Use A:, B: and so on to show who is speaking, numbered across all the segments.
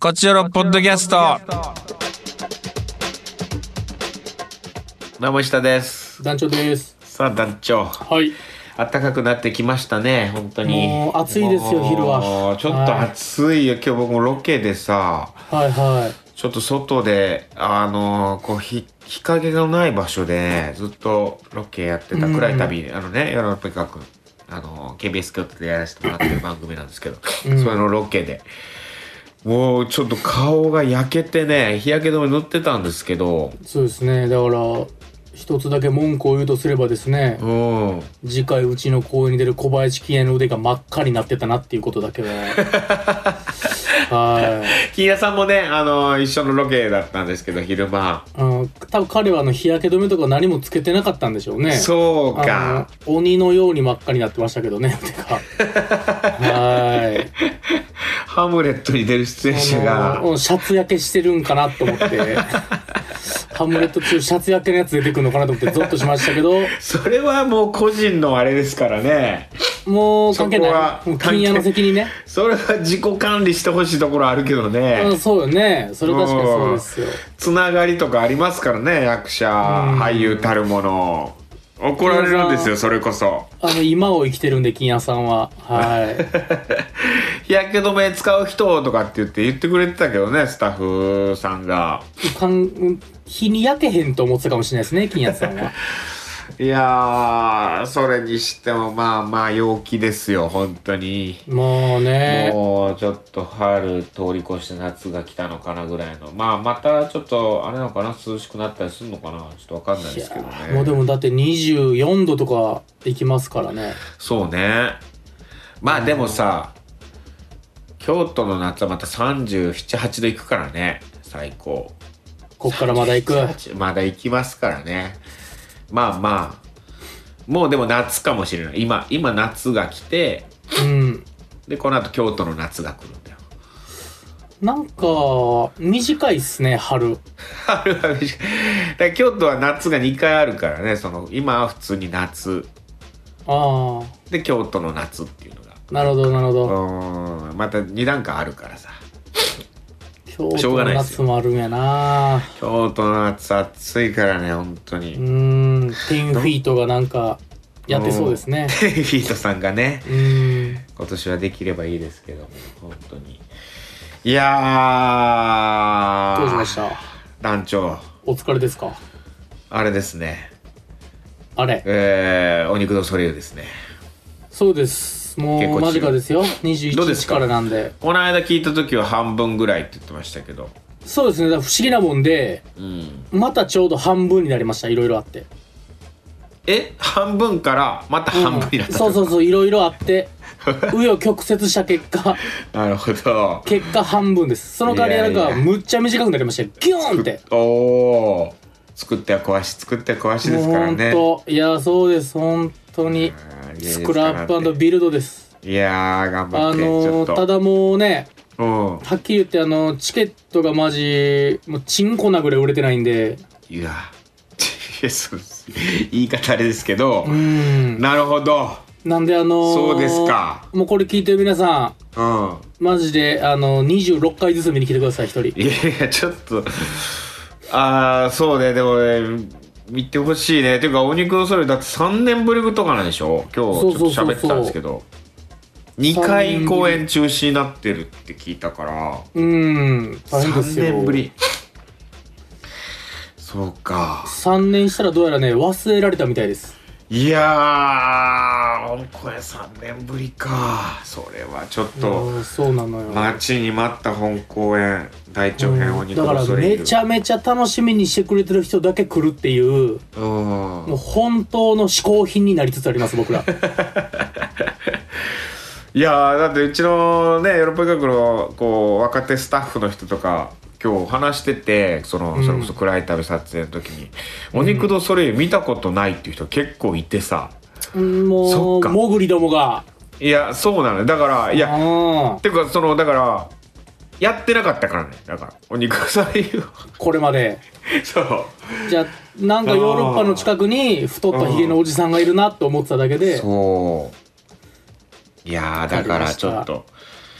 A: こちらのポッドキャスト。
B: 名下です
C: 団長です。
B: さあ団長
C: はい。
B: 暖かくなってきましたね本当に
C: もう暑いですよ
B: もう
C: 昼は
B: ちょっと暑いよ、今日僕もロケでさ
C: はいは
B: ちょっと外であのこう日日陰のない場所でずっとロケやってた
C: うん
B: 暗い旅、あのねヨーロッパ企画あの KBS 京都でやらせてもらってる番組なんですけど、
C: ん
B: それのロケでもうちょっと顔が焼けてね日焼け止め塗ってたんですけど
C: い。そうですね。だから、一つだけ文句を言うとすればですね、
B: うん
C: 次回うちの公演に出る小林記念の腕が真っ赤になってたなっていうことだけは。 はい。
B: 木田さんもねあの一緒のロケだったんですけど昼間
C: うん、多分彼はあの日焼け止めとか何もつけてなかったんでしょうね。
B: そうか
C: あの鬼のように真っ赤になってましたけどね、腕が。はい。
B: ハムレットに出る出演者
C: あ
B: が
C: のうんシャツ焼けしてるんかなと思って、 ハムレット中シャツ焼けのやつ出てくるのかなと思ってゾッとしましたけど、
B: それはもう個人のあれですからね
C: もう関係ない
B: そこは。
C: もう金屋の責任ね。
B: それは自己管理してほしいところあるけど
C: う
B: ね
C: ん、そうよね。それ確かにそうですよ。
B: つながりとかありますからね役者俳優たるもの怒られるんですよそれこそ
C: あの、今を生きてるんで、金屋さんは。はい。
B: 日焼け止め使う人とかって言って言ってくれてたけどねスタッフさんが
C: かんうん日に焼けへんと思ってたかもしれないですね、金屋 さんは。
B: いやーそれにしてもまあまあ陽気ですよ本当に
C: もうね。
B: もうちょっと春通り越して夏が来たのかなぐらいのまあまたちょっとあれなのかな涼しくなったりするのかなちょっとわかんない
C: い
B: で
C: や
B: すけどね
C: もうでもだって24度とかいきますからね。
B: そうねまあでもさ京都の夏はまた378度いくからね最高
C: こっからまだ行く。
B: 38まだ行きますからねまあまあもうでも夏かもしれない今今夏が来て
C: うん。
B: でこの後京都の夏が来るんだよ
C: なんか、短いっすね、春。
B: 春は短いだから京都は夏が2回あるからねその今は普通に夏
C: あ
B: で京都の夏っていうのが
C: あ、なるほど、なるほ
B: う
C: ど。
B: ーんまた2段階あるからさ
C: 京
B: しょうが
C: 都
B: な
C: の
B: いっす
C: 夏もあるんやな
B: 京都の夏暑いからね本当
C: う
B: に
C: ーん、10フィートがなんか、やってそうですね。
B: テレフィートさんがね
C: うーん。
B: 今年はできればいいですけども本当にいやー
C: どうしました
B: 団長
C: お疲れですか
B: あれですね
C: あれ
B: えー、お肉のソリューですね
C: そうです。も
B: 結構違う
C: う、間近ですよ。
B: どうで
C: 21
B: す
C: 日
B: か
C: からなんで。
B: この間聞いた時は半分ぐらいって言ってましたけど
C: そうですね、だから不思議なもんで、
B: うん
C: またちょうど半分になりました、いろいろあって。
B: え半分からまた半分になった、
C: そうそうそう、いろいろ あって、紆余曲折した結果、
B: なるほど
C: 結果半分です。その代わりな
B: い
C: ん
B: や
C: か、
B: いや
C: むっちゃ短くなりましたよ。ギューンって。
B: おお作っては壊し作っては壊しですからね
C: もう本当いやそうです本当に
B: あーいいです
C: ス
B: か
C: クラップビルドです
B: いやー頑張
C: あ
B: って、ちょ
C: の
B: っと
C: ただもうね
B: うん
C: はっきり言ってあのチケットがマジもうチンコなぐらい売れてないんで
B: いや いやそうです言い方あれですけど、
C: うん
B: なるほど
C: なんであの
B: そうですか
C: もうこれ聞いてる皆さ
B: うん
C: んマジであの26回ずつ見に来てください一人
B: いやいやちょっとああそうねでもね見てほしいねていうかお肉のそれだって3年ぶりとかなんでしょ今日ちょ
C: そ
B: っ
C: う
B: と
C: そうそうそう
B: 喋ってたんですけど2回公演中止になってるって聞いたから
C: うん大変です
B: 3
C: よ
B: 年ぶりそうか
C: 3年したらどうやらね忘れられたみたいです
B: いやーこれ3年ぶりかそれはちょっと
C: うんそうなのよ
B: 待ちに待った本公演大長編お肉
C: だか
B: の
C: ら
B: それ
C: めちゃめちゃ楽しみにしてくれてる人だけ来るっていう
B: うん
C: もう本当の嗜好品になりつつあります僕 ら
B: いやーだってうちのねヨーロッパ企画のこう若手スタッフの人とか今日話しててその、
C: うん
B: それこそ暗い旅撮影の時に「お肉とそれ見たことない」っていう人結構いてさ
C: うん
B: そ
C: も
B: っ
C: う
B: か
C: もぐりどもが
B: いやそうなのよだからい
C: い
B: や
C: や
B: てかそのだからやってなかったからねだからお肉とそれを
C: これまで
B: そう
C: じゃあなんかヨーロッパの近くに太ったひげのおじさんがいるなと思ってただけで
B: そういやーだからちょっと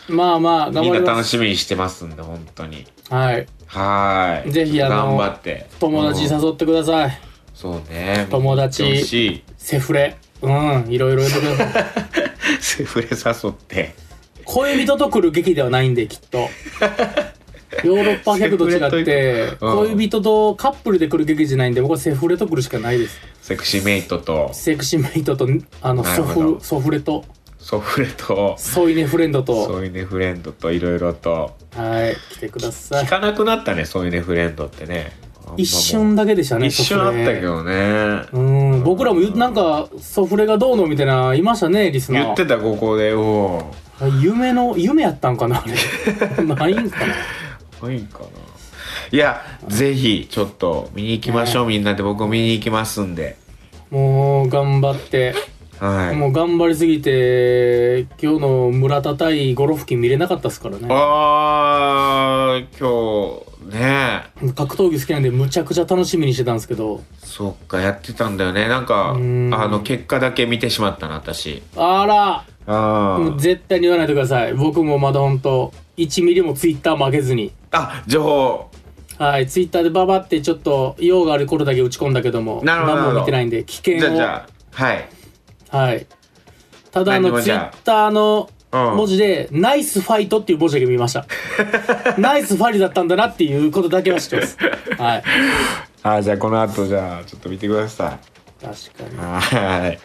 C: まあまあ、頑
B: み
C: 張
B: んな
C: りま
B: 楽
C: す。
B: しみにしてますんで、本当に。
C: はい。
B: はーい。
C: ぜひあ
B: 頑
C: の
B: 張って。
C: 友達
B: うん
C: 誘ってください。
B: そうね。
C: 友達
B: 見てほしい。
C: セフレ。うん、いろいろ言ってください。
B: セフレ誘って。
C: 恋人と来る劇ではないんで、きっと。ヨーロッパ客と違って、
B: といううん
C: 恋人とカップルで来る劇じゃないんで、僕はセフレと来るしかないです。
B: セクシーメイトと、
C: セクシーメイトと、あの、
B: な
C: ソ
B: るほど
C: フ、ソフレと、
B: ソフレと、
C: ソイネフレンドと、
B: そういうねフレンドといろいろと。
C: はい、来てくださ
B: 聞
C: い。
B: かなくなったね、そういうねフレンドってね。あんまもう
C: 一瞬だけでしたね、
B: 一瞬あったけ
C: ソフレ。
B: どね。
C: うん、僕らも言うなんか、ソフレがどうのみたいな、いましたね、リスナー。
B: 言ってた、ここで。おー
C: あ夢の夢やったんかなあれ ないんかな
B: ないんかな。いや、ぜひ、ちょっと見に行きましょう、みんなで。僕も見に行きますんで。
C: もう頑張って、
B: はい。
C: もう頑張りすぎて今日の村田対ゴロフキン見れなかったですからね
B: あー、今日、ね
C: 格闘技好きなんでむちゃくちゃ楽しみにしてたんですけど
B: そっか、やってたんだよね。なんか、あ
C: うん
B: の、結果だけ見てしまったな、私。
C: あ
B: あ
C: らもう
B: ー。
C: 絶対に言わないでください僕もまだほんと1ミリもツイッター負けずに
B: あ、情報。
C: はいツイッターでババってちょっと用がある頃だけ打ち込んだけども
B: なるほどなるほど
C: 何も見てないんで危険
B: じゃあ、
C: を
B: じゃあ、はい。
C: はいただあ
B: 何
C: の
B: も
C: ツ
B: じ
C: イ
B: ゃあ
C: ッターの
B: うん
C: 文字で、ナイスファイトっていう文字だけ見 ました。ナイスファイトだったんだなっていうことだけは知ってます。はい。
B: あー、じゃあ、この後、じゃあ、ちょっと見てくださ
C: 確か
B: い。
C: に。行
B: はーい。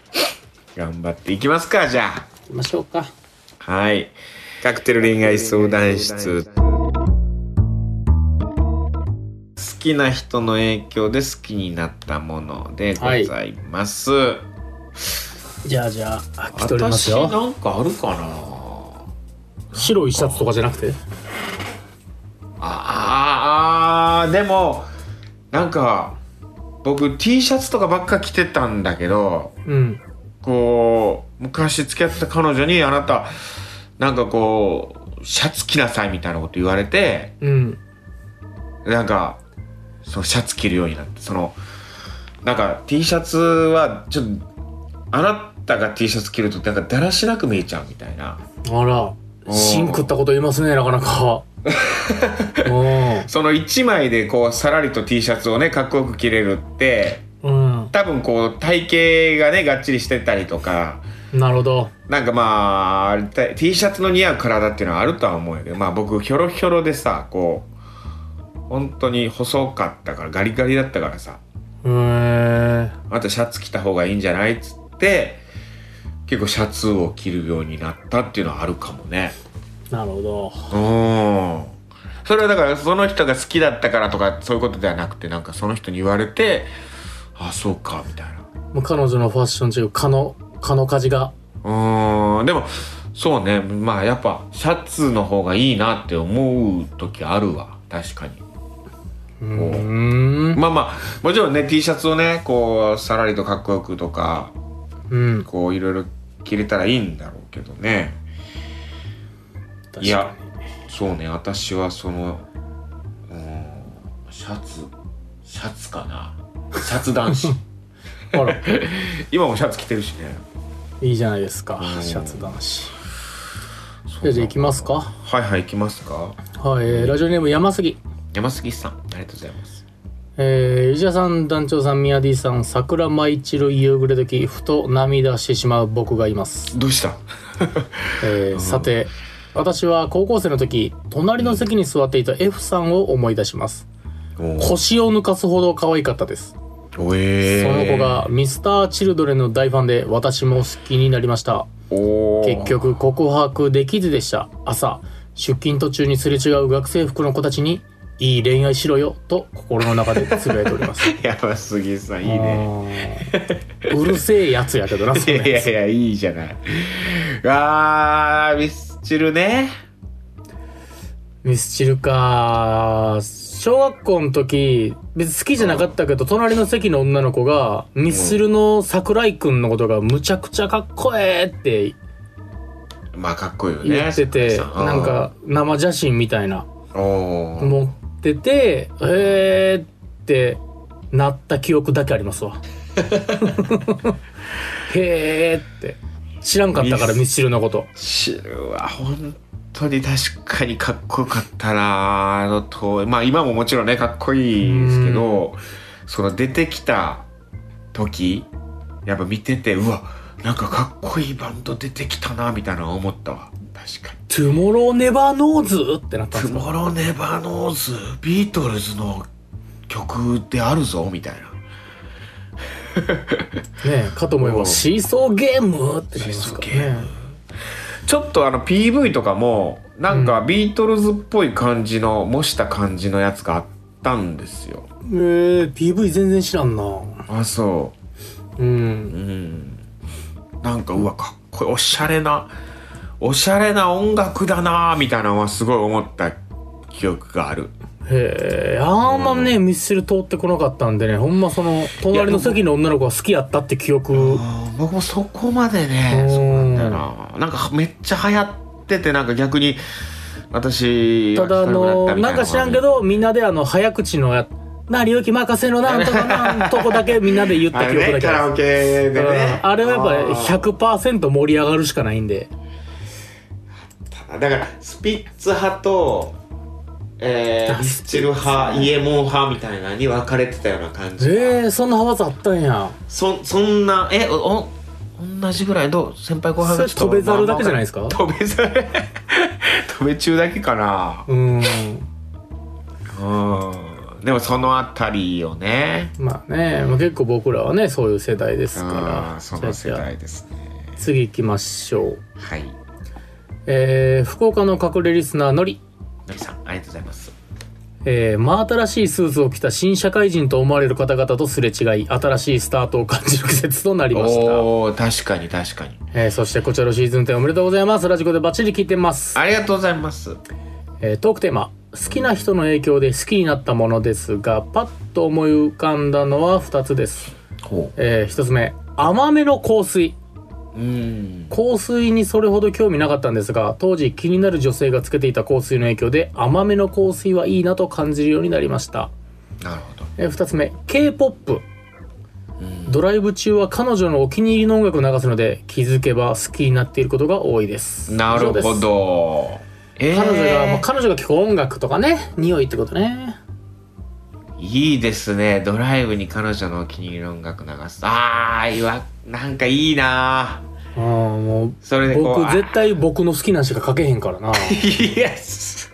B: 頑張っていきますか、じゃあ。
C: きましょうか。
B: はい。カクテル恋愛相談室。好きな人の影響で好きになったものでございます。
C: じゃあじゃあ、来ております
B: 私
C: よ。
B: なんかあるかな
C: 白いシャツとかじゃなくて
B: ああーでもなんか僕 T シャツとかばっか着てたんだけど
C: うん。
B: こう昔付き合ってた彼女にあなたなんかこうシャツ着なさいみたいなこと言われて
C: うん。
B: なんか、そのシャツ着るようになって、その、なんか T シャツは、ちょっと、あなたが T シャツ着ると、なんかだらしなく見えちゃうみたいな。
C: あら、
B: おー
C: 芯食ったこと言いますね、なか なか。
B: その一枚でこう、さらりと T シャツをね、かっこよく着れるって、
C: うん。う
B: 多分こう、体型がね、がっちりしてたりとか、
C: ん。なるほど。
B: なんかまああれ、た T シャツの似合う体っていうのはあるとは思うんやけど、まあ僕、ひょろひょろでさ、こう、本当に細かったから、ガリガリだったからさ、
C: へえ。
B: あとシャツ着た方がいいんじゃないっつって結構シャツを着るようになったっていうのはあるかもね
C: なるほど。
B: うんそれはだからその人が好きだったからとかそういうことではなくてなんかその人に言われてあそうかみたいな
C: もう彼女のファッション中、蚊の、蚊の火事が。
B: うんでもそうねまあやっぱシャツの方がいいなって思う時あるわ確かに
C: うーん。
B: まあまあもちろんね T シャツをねこうさらりとかっこよくとか
C: うん。
B: こういろいろ着れたらいいんだろうけどねいやそうね私はそのうんシャツシャツかなシャツ男 子
C: 確かに。あら。
B: 今もシャツ着てるしね
C: いいじゃないですか
B: うん
C: シャツ男子
B: そう
C: じゃあじゃあ行きますか
B: はいはい行きますか
C: はい、えーラジオネーム山杉
B: 山杉さんありがとうございます
C: えー、石田さん団長さん宮 D さん桜舞い散る夕暮れ時ふと涙してしまう僕がいます、
B: どうした
C: えーさて私は高校生の時隣の席に座っていた F さんを思い出します
B: おう
C: 腰を抜かすほど可愛かったです
B: おえー
C: その子がミスターチルドレンの大ファンで私も好きになりました
B: おー
C: 結局告白できずでした朝出勤途中にすれ違う学生服の子たちに「いい恋愛しろよ」と心の中でつぶやいておりま すい
B: 山杉さんいいね
C: うるせえやつやけどなそ
B: い
C: れ
B: やいやいやいいじゃないあーミスチルね
C: ミスチルか小学校の時別に好きじゃなかったけど隣の席の女の子がミスチルの桜井くんのことがむちゃくちゃかっこええって
B: まあかっこいいよね
C: 言ってて、
B: 桜井さ
C: なんか生写真みたいな
B: うんおー
C: 持っててえーってなった記憶だけあります わへーって知らんかったからミスチルのこと
B: ミスチルは本当に確かにかっこよかったなあのとまあ今ももちろんねかっこいいですけどその出てきた時やっぱ見ててうわなんかかっこいいバンド出てきたなみたいなの思ったわ確かに。
C: トゥモローネバーノーズってなったん
B: ト
C: です
B: ゥ
C: か
B: モローネバーノーズビートルズの曲であるぞみたいな。
C: ねえかと思え
B: うん
C: ばシーソーゲームってなりますから
B: シーソーゲ
C: ね
B: ちょっとあの PV とかもなんかビートルズっぽい感じの模した感じのやつがあったんですよ。
C: えー、PV 全然知らんな
B: あそ
C: うん
B: う。うん。なんかうわかっこいいおしゃれなおしゃれな音楽だなみたいなのはすごい思った記憶がある。
C: へえあんまね、ミスチル通ってこなかったんでねほんまその隣の席の女の子が好きやったって記憶
B: うん僕もそこまでね
C: うん
B: そうなんだよななんかめっちゃ流行っててなんか逆に私
C: ただあ
B: 一人暮らしだっ
C: のなん
B: たみたい
C: か知らんけどみんなであの早口のやな領域任せのなんとかなんとこだけみんなで言っ
B: あ
C: た記憶
B: れ
C: だ
B: ね
C: け
B: カラ
C: あ
B: オケでね
C: あれはやっ
B: あー
C: ぱり100%盛り上がるしかないんで
B: だからスピッツ派とえー、
C: あ
B: ミスチル派イエモン派みたいなのに分かれてたような感
C: え
B: じ、
C: ー、そんな派閥あったんや
B: そそんなえおお同じぐらいどう先輩後輩
C: そ
B: が
C: れ
B: ちょっと
C: 飛べざるだけじゃないですか
B: まあまあ飛べざる 飛べ中だけかな
C: うん
B: うんでもそのあたりよね
C: まあね、まあ、結構僕らはねそういう世代です
B: あ
C: か
B: あ
C: ら
B: その世
C: じゃあ
B: 代ですね
C: じゃあ次行きましょう
B: はい
C: えー、福岡の隠れリスナーのり
B: のりさんありがとうございます
C: えー真新しいスーツを着た新社会人と思われる方々とすれ違い新しいスタートを感じる季節となりました、
B: おお確かに確かに
C: えーそしてこちらのシーズン10おめでとうございますラジコでバッチリ聞いてます、
B: ありがとうございます
C: えートークテーマ好きな人の影響で好きになったものですがパッと思い浮かんだのは2つです、
B: ほ
C: え1つ目甘めの香水
B: ううん
C: 香水にそれほど興味なかったんですが当時気になる女性がつけていた香水の影響で甘めの香水はいいなと感じるようになりました
B: なるほど
C: えー2つ目 k p o p
B: うん
C: ドライブ中は彼女のお気に入りの音楽を流すので気づけば好きになっていることが多いです
B: なるほ
C: 以上で
B: どえー、
C: す彼女が、まあ、彼女が聞く音楽とかね匂いってことね
B: いいですねドライブに彼女のお気に入りの音楽流すあーいわなんかいいな
C: うんもう
B: それでこう
C: 僕絶対僕の好きなんしか書けへんか らな
B: イエス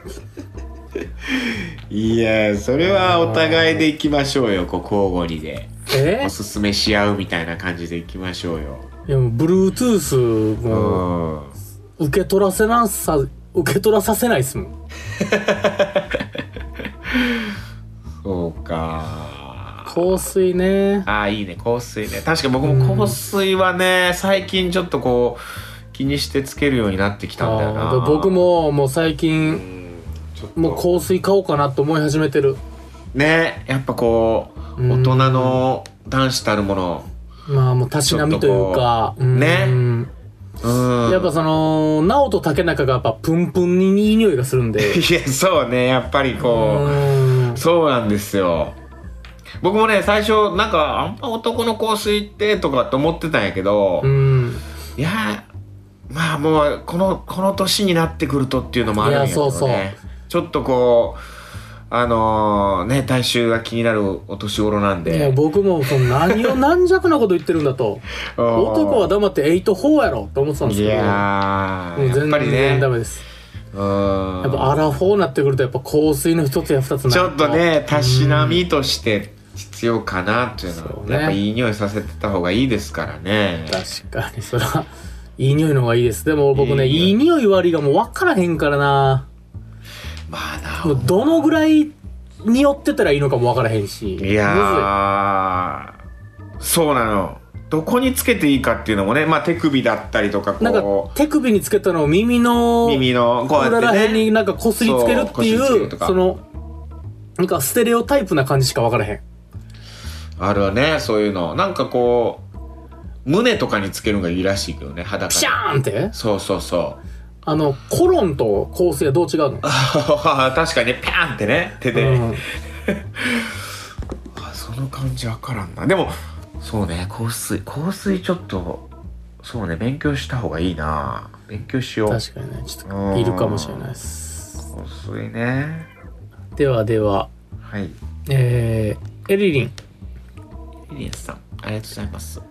B: いやそれはお互いでいきましょうよこう交互にで
C: え
B: おすすめし合うみたいな感じでいきましょうよ
C: いやもう Bluetooth も
B: う
C: 受け取らせなさ受け取らさせないっすもん
B: んそうか
C: 香水ね
B: ああいいね香水ね確かに僕も香水はね最近ちょっとこう気にしてつけるようになってきたんだよ
C: あ
B: な
C: ー僕ももう最
B: う
C: 近
B: んちょっと
C: もう香水買おうかなと思い始めてる
B: ねやっぱこう
C: う
B: 大
C: ん
B: 人の男子たるもの
C: まあもうたしなみというか
B: ちょっとこうね
C: うん
B: うん
C: やっぱその直人竹中がやっぱプンプンにいい匂いがするんで
B: いや そうねやっぱり
C: う
B: こう
C: ーん
B: そうなんですよ。僕もね、最初、なんか、あんま男の香水ってとかって思ってたんやけど、
C: うん
B: いや、まあもう、この、この年になってくるとっていうのもあるんやけど、ね、
C: いやそうそう
B: ちょっとこう、あのーね、体臭が気になるお年頃なん
C: いや
B: で。
C: 僕もその何を軟弱なこと言ってるん だと男は
B: だ
C: 黙って8-4やろと思ってたんです
B: い
C: けど
B: や
C: も
B: ー、
C: う
B: やっ
C: 全
B: ぱりね
C: 然、ダメです
B: うん
C: やっぱアラフォーになってくるとやっぱ香水の一つや二つにな
B: ち
C: る
B: ょっとね、たしなみとして必要かなっていうの
C: そ
B: は、
C: うね
B: やっぱいい匂いさせてた方がいいですからね。
C: 確かにそらいい匂いの方がいいですでも僕ね
B: い
C: い
B: い
C: い匂い悪いがもう分からへんからな
B: まあな
C: もうどのぐらい匂ってたらいいのかも分からへんし
B: いやーそうなのどこにつけていいかっていうのもね、まあ、手首だったりとか
C: なんか
B: こ
C: 手首につけたのを耳の
B: う耳のこうや
C: 裏
B: っ
C: ら
B: て
C: 辺に
B: ね
C: なんかこすりつけるって
B: そ
C: い
B: うこすりつける
C: う
B: と
C: そ
B: か
C: のなんかステレオタイプな感じしか分からへん
B: あるわねそういうのなんかこう胸とかにつけるのがいいらしいけどね裸
C: ピ
B: で
C: シャーンって
B: そうそうそう
C: あのコロンと香水はどう違うの
B: 確かにねピャンってね手で、
C: うん
B: あその感じわからんなでもそうね香水香水ちょっとそうね勉強した方がいいな勉強しよう
C: 確かにねちょっといるかもしれないです
B: 香水ね
C: ではでは
B: はい
C: えー、エリリン
B: エリアンさんありがとうございます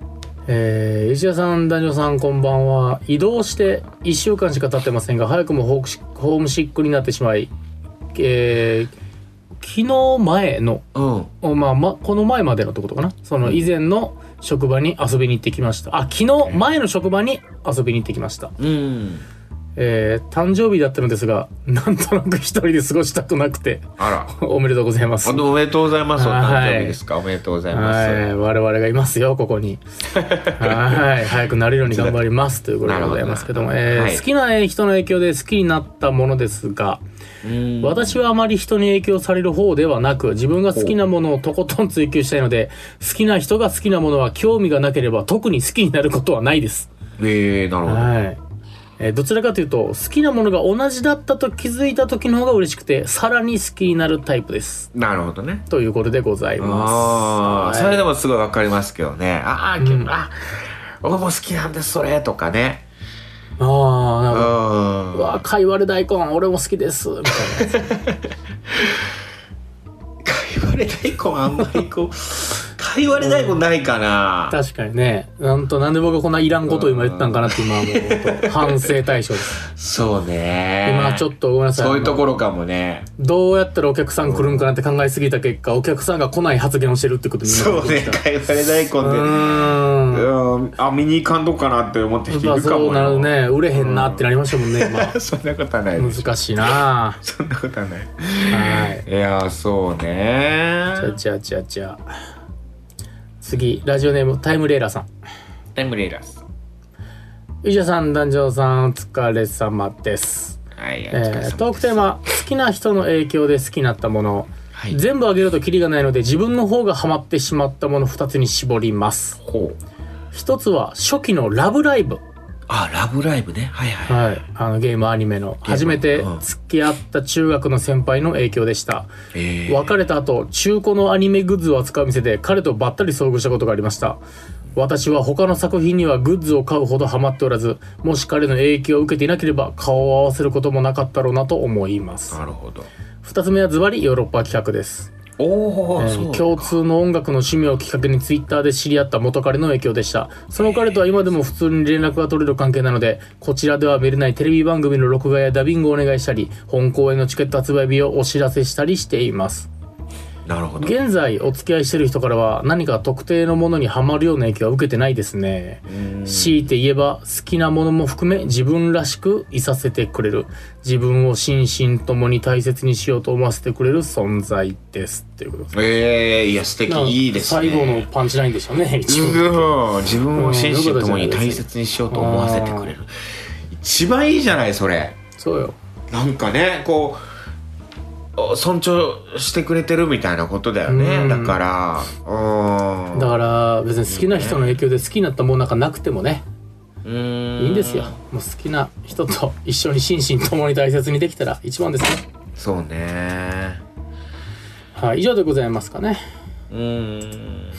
C: えー、石田さん、男女さん、こんばんは。移動して1週間しか経ってませんが、早くもホークシホームシックになってしまい、えー、昨日前の、
B: うん
C: おまあ、ま、この前までのってことかな。その以前の職場に遊びに行ってきました。あ、昨日前の職場に遊びに行ってきました。
B: うん
C: えー、誕生日だったのですが、なんとなく一人で過ごしたくなくて、
B: あら
C: おめでとうございます
B: あ。おめでとうございますお
C: は
B: 誕
C: い
B: 生日ですかおめでとうございます
C: はい、我々がいますよ、こ こに。はい、早くなれるように頑張りますということでございますけども、
B: なるほど
C: えー
B: はい
C: 好きな人の影響で好きになったものですが、
B: うん
C: 私はあまり人に影響される方ではなく、自分が好きなものをとことん追求したいので、好きな人が好きなものは興味がなければ特に好きになることはないです。
B: えー、なるほど
C: はい。えーどちらかというと、好きなものが同じだったと気づいた時の方が嬉しくて、さらに好きになるタイプです。
B: なるほどね
C: ということでございます。
B: ああ、
C: はい
B: それでもすごいわかりますけどね。ああ、
C: ん
B: けどあ、僕も好きなんです、それとかね。
C: あーなん
B: う
C: か
B: ん。
C: うわかいわれ大根俺も好きですみたい
B: かいわれ大根あんまり こう、かいわれ大根ないかな。
C: な 確かにねなんとなんで僕がこんないらんことを今言ったんかなって今はもう本当反省対象です
B: そうね。
C: 今ちょっとごめんなさい
B: そういうところかもね。
C: どうやったらお客さん来るんかなって考えすぎた結果お客さんが来ない発言をしてるってことに今
B: そうね、かいわれ大根で。
C: うーん
B: うん、あ、見に行かんとかなって思って人い
C: まあ
B: るか
C: そ
B: も
C: うなる
B: よ。
C: ね売れへんなってなりましたもんね
B: そんなことはない
C: 今
B: です。
C: 難しいな
B: そんなことはない。
C: はい
B: いやー、そうね。
C: じゃあじゃあじゃあじゃあ次ラジオネームタイムレーラーさん
B: タイムレーラーさん
C: 石田さん壇上さんお疲れ様です
B: はい、お疲れ様で
C: え
B: す
C: ートークテー。マ好きな人の影響で好きになったもの
B: はい。
C: 全部あげるとキリがないので自分の方がハマってしまったもの2つに絞ります
B: ほう。
C: 一つは初期の「ラブライブ
B: あ、ラブライブね。はい」はい。
C: はい、あのゲームアニメの初めて
B: うん
C: 付き合った中学の先輩の影響でした
B: えー、
C: 別れた後中古のアニメグッズを扱う店で彼とばったり遭遇したことがありました私は他の作品にはグッズを買うほどハマっておらずもし彼の影響を受けていなければ顔を合わせることもなかったろうなと思います
B: なるほど。
C: 2つ目はズバリヨーロッパ企画です、
B: おお、
C: えー
B: そうか。
C: 共通の音楽の趣味をきっかけにツイッターで知り合った元彼の影響でしたその彼とは今でも普通に連絡が取れる関係なのでこちらでは見れないテレビ番組の録画やダビングをお願いしたり本公演のチケット発売日をお知らせしたりしています
B: なるほど。
C: 現在お付き合いしてる人からは何か特定のものにハマるような影響は受けてないですね
B: うん
C: 強いて言えば好きなものも含め自分らしくいさせてくれる自分を心身ともに大切にしようと思わせてくれる存在ですっていうことです
B: ええー、いや、素敵、いいですね。
C: 最後のパンチラインでしたね一応
B: うん自分を心身ともに大切にしようと思わせてくれる。一番いいじゃない、それ。
C: そうよ
B: なんかね、こう、お尊重してくれてるみたいなことだよね。
C: うん
B: だから、うん。
C: だから別に好きな人の影響で好きになったものなんかなくてもね
B: うん
C: いいんですよ。もう好きな人と一緒に心身ともに大切にできたら一番ですね
B: そうね。
C: はい以上でございますかね
B: うーん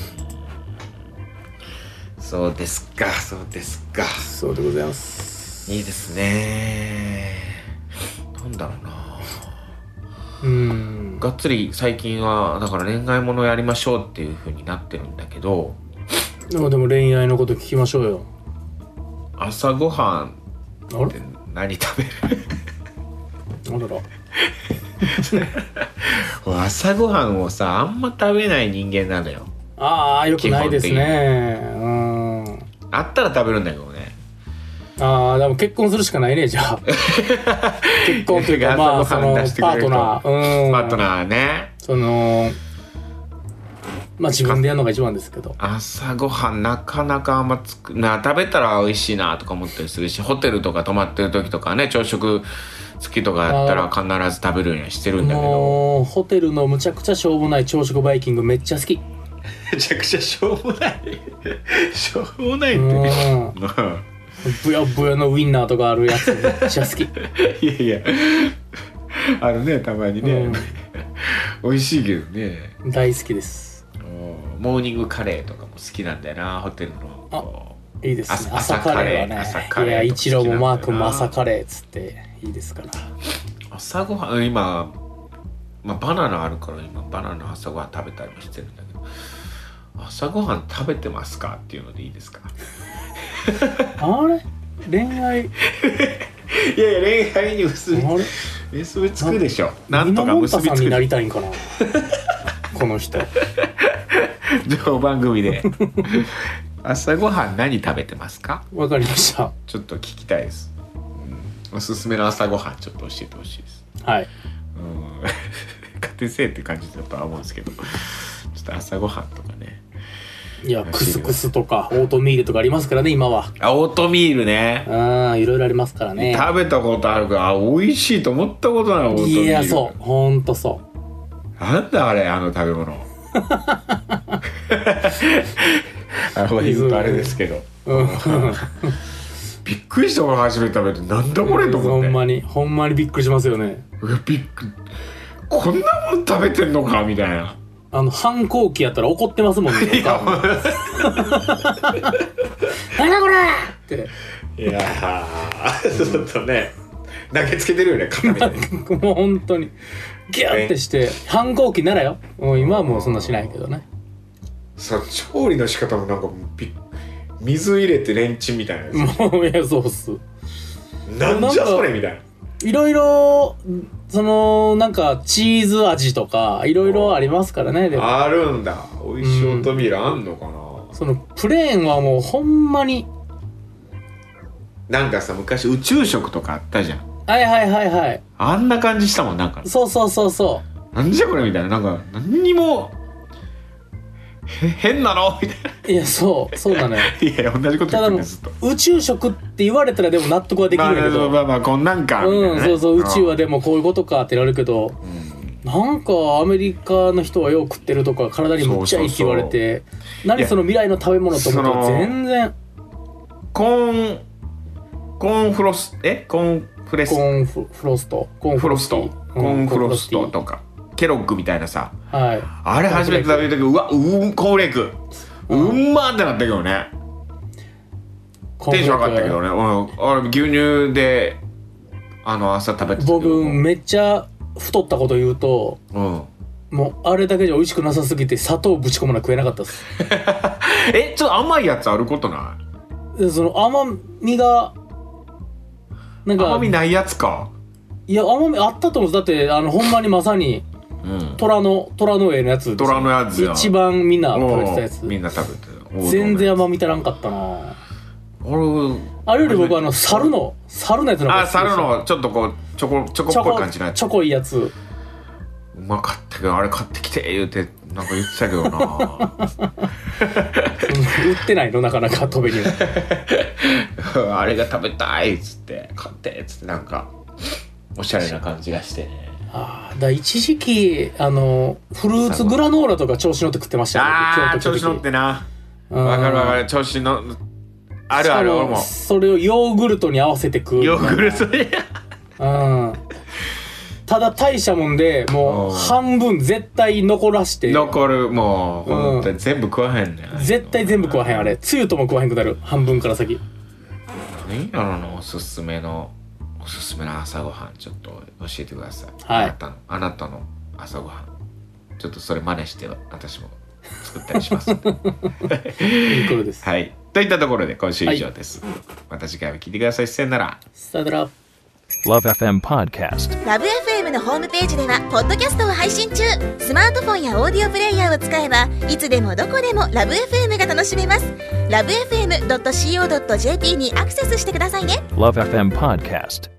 B: そうですかそうですか
C: そうでございます
B: いいですねなんだろうな
C: うん
B: がっつり最近はだから恋愛ものやりましょうっていう風になってるんだけど
C: でもでも恋愛のこと聞きましょうよ
B: 朝ごはん
C: あ
B: って
C: れ
B: 何食べ る
C: あらら
B: 朝ごはんをさあんま食べない人間なのよ
C: ああよくないです
B: 基
C: ねうん
B: あったら食べるんだけどね
C: ああでも結婚するしかないねじゃ あ結婚というかまあ
B: 朝
C: そ
B: ごはん
C: のパ
B: 出してくれ
C: ー
B: る
C: ト
B: と
C: ナーうん
B: パートナーね
C: そのまあ自分でやるのが一番ですけど
B: 朝ごはんなかなかあんまつくな食べたら美味しいなとか思ったりするしホテルとか泊まってる時とかね朝食付きとかやったら必ず食べるようにはしてるんだけど
C: もうホテルのむちゃくちゃしょうもない朝食バイキングめっちゃ好き
B: めちゃくちゃしょうも ないしょうもないっ
C: う
B: て
C: ん
B: ね
C: ブヨブヨのウインナーとかあるやつめっちゃ 好 き
B: いやいやあるねたまに
C: うん
B: 美味しいけどね
C: 大好きです
B: モーニングカレーとかも好きなんだよなホテルのこう
C: いいですね
B: 朝
C: 朝カレーはね
B: 朝カレー
C: いや
B: 朝カレーとか好きなんだよな
C: 一郎もマー君も朝カレーっつっていいですから
B: 朝ごはん今、まあ、バナナあるから今バナナ朝ごはん食べたりもしてるんだけど朝ごはん食べてますかっていうのでいいですか
C: あれ恋愛
B: いやいや恋愛に結び
C: あれ
B: 結びつくでしょなんとか結び
C: 今もんた
B: つ
C: さんに
B: く
C: なりたいん かなこの人
B: 情報番組で朝ごはん何食べてますか
C: わかりました
B: ちょっと聞きたいです、うんおすすめの朝ごはんちょっと教えてほしいです
C: はい
B: うん 家庭性って感じだとは思うんですけどちょっと朝ごはんとかね
C: いやクスクスとかオートミールとかありますからね今は
B: あオートミールね
C: うんいろいろありますからね
B: 食べたことあるからあ美味しいと思ったことないオートミール
C: いやそうほんとそ
B: なんだあれあの食べ 物あの言う とあれですけど
C: ううん
B: びっくりした俺初めて食べてなんだこれと思っ
C: ほ
B: て
C: んまにほんまにびっくりしますよね
B: うわびっくりこんなもん食べてんのかみたいな
C: あの反抗期やったら怒ってますもんね
B: いや
C: なんだこれって
B: いやーちょっとね投げつけてるよね肩みたいに
C: もう本当にギュッてして反抗期ならよもう今はもうそんなしないけどね
B: そう調理の仕方もなんかびっ水入れてレンチンみたいなやつ
C: もういやそうっす
B: なんじゃそれみたい
C: いろいろそのなんかチーズ味とかいろいろありますからねでも
B: なあるんだ美味しいオートミールあんのかな、
C: そのプレーンはもうほんまに
B: なんかさ昔宇宙食とかあったじゃん
C: はいはいはいはい
B: あんな感じしたもんなんか
C: そうそうそうそ
B: なんじゃこれみたいななんか何にもへ変なの みたいう
C: いやそうそう なの
B: な
C: よ
B: いや同じこと
C: た
B: 言ってる
C: だでも
B: ずっと
C: 宇宙食って言われたらでも納得はできるんだけど、
B: まあまあまあこんなんかみたいなね
C: うんそうそう宇宙はでもこういうことかってなるけど
B: うん
C: なんかアメリカの人はよく食ってるとか体にむっちゃいいって言われて
B: い
C: 何
B: や
C: その未来の食べ物と思ったら
B: その
C: 全然
B: コーンコーンフロスえコーンフレス
C: コーンフフロストコーン
B: フロスト
C: う
B: コ
C: ん
B: ーンフロス
C: コ
B: ト
C: ーンフロ
B: とかケロッグみたいなさ
C: スティはい
B: あれ初めて食べた時うわうんコーンフレークうんまーってなったけどね
C: コー
B: テン
C: ン
B: ショ
C: フ
B: ン
C: ロ
B: 上がったけどねうんあれ牛乳であの朝食べてたけど
C: 僕めっちゃ太ったこと言うと
B: うん
C: もうあれだけじゃ美味しくなさすぎて砂糖ぶち込まな食えなかったです
B: えちょっと甘いやつあることな
C: でその甘みがなん
B: い
C: か
B: 甘みないやつか
C: いや甘みあったと思うんですだってあのほんまにまさに
B: うん
C: 虎の虎の絵のやつですよ
B: 虎のやつや
C: 一番みんな食べてたや
B: うんみん
C: つ
B: な食べてた
C: 全然甘み足らんかったな
B: 俺
C: あれより僕あの猿の猿のやつの方が
B: あ
C: 好きでした
B: 猿のちょっとこうチョコチョ
C: チ
B: コ
C: ョ
B: っぽい
C: コ
B: 感じのやつ
C: チョコいいやつ
B: うまかったけどあれ買ってきて言うてなんか言ってたけどな
C: うん売ってないのなかなか飛べには
B: あれが食べたいっつって買ってっつってなんかおしゃれな感じがしてね
C: あーだから一時期あのフルーツグラノーラとか調子乗って食ってました
B: ああ調子乗っててなわかるわかる調子のあるある俺も
C: それをヨーグルトに合わせて食う
B: ヨーグルトで
C: うんただ大したもんでもう
B: うん
C: 半分絶対残らして
B: 残るもう
C: うん
B: 本当に全部食わへんねん
C: 絶対全部食わへんあれつゆとも食わへんくなる半分か ら先
B: 何やろなおすすめのおすすめの朝ごはんちょっと教えてください、
C: はい
B: あなたのあなたの朝ごはんちょっとそれ真似して私も作ったりしますんで
C: いい頃です
B: はいといったところで今週以上です、また次回も聞いてくださいせんなら
C: さよなら
A: Love FM Podcast.
D: ラブ f m のホームページではポッドキャストを配信中スマートフォンやオーディオプレイヤーを使えばいつでもどこでもラブ f m が楽しめますラブ FM.co.jp にアクセスしてくださいね
A: Love FM Podcast.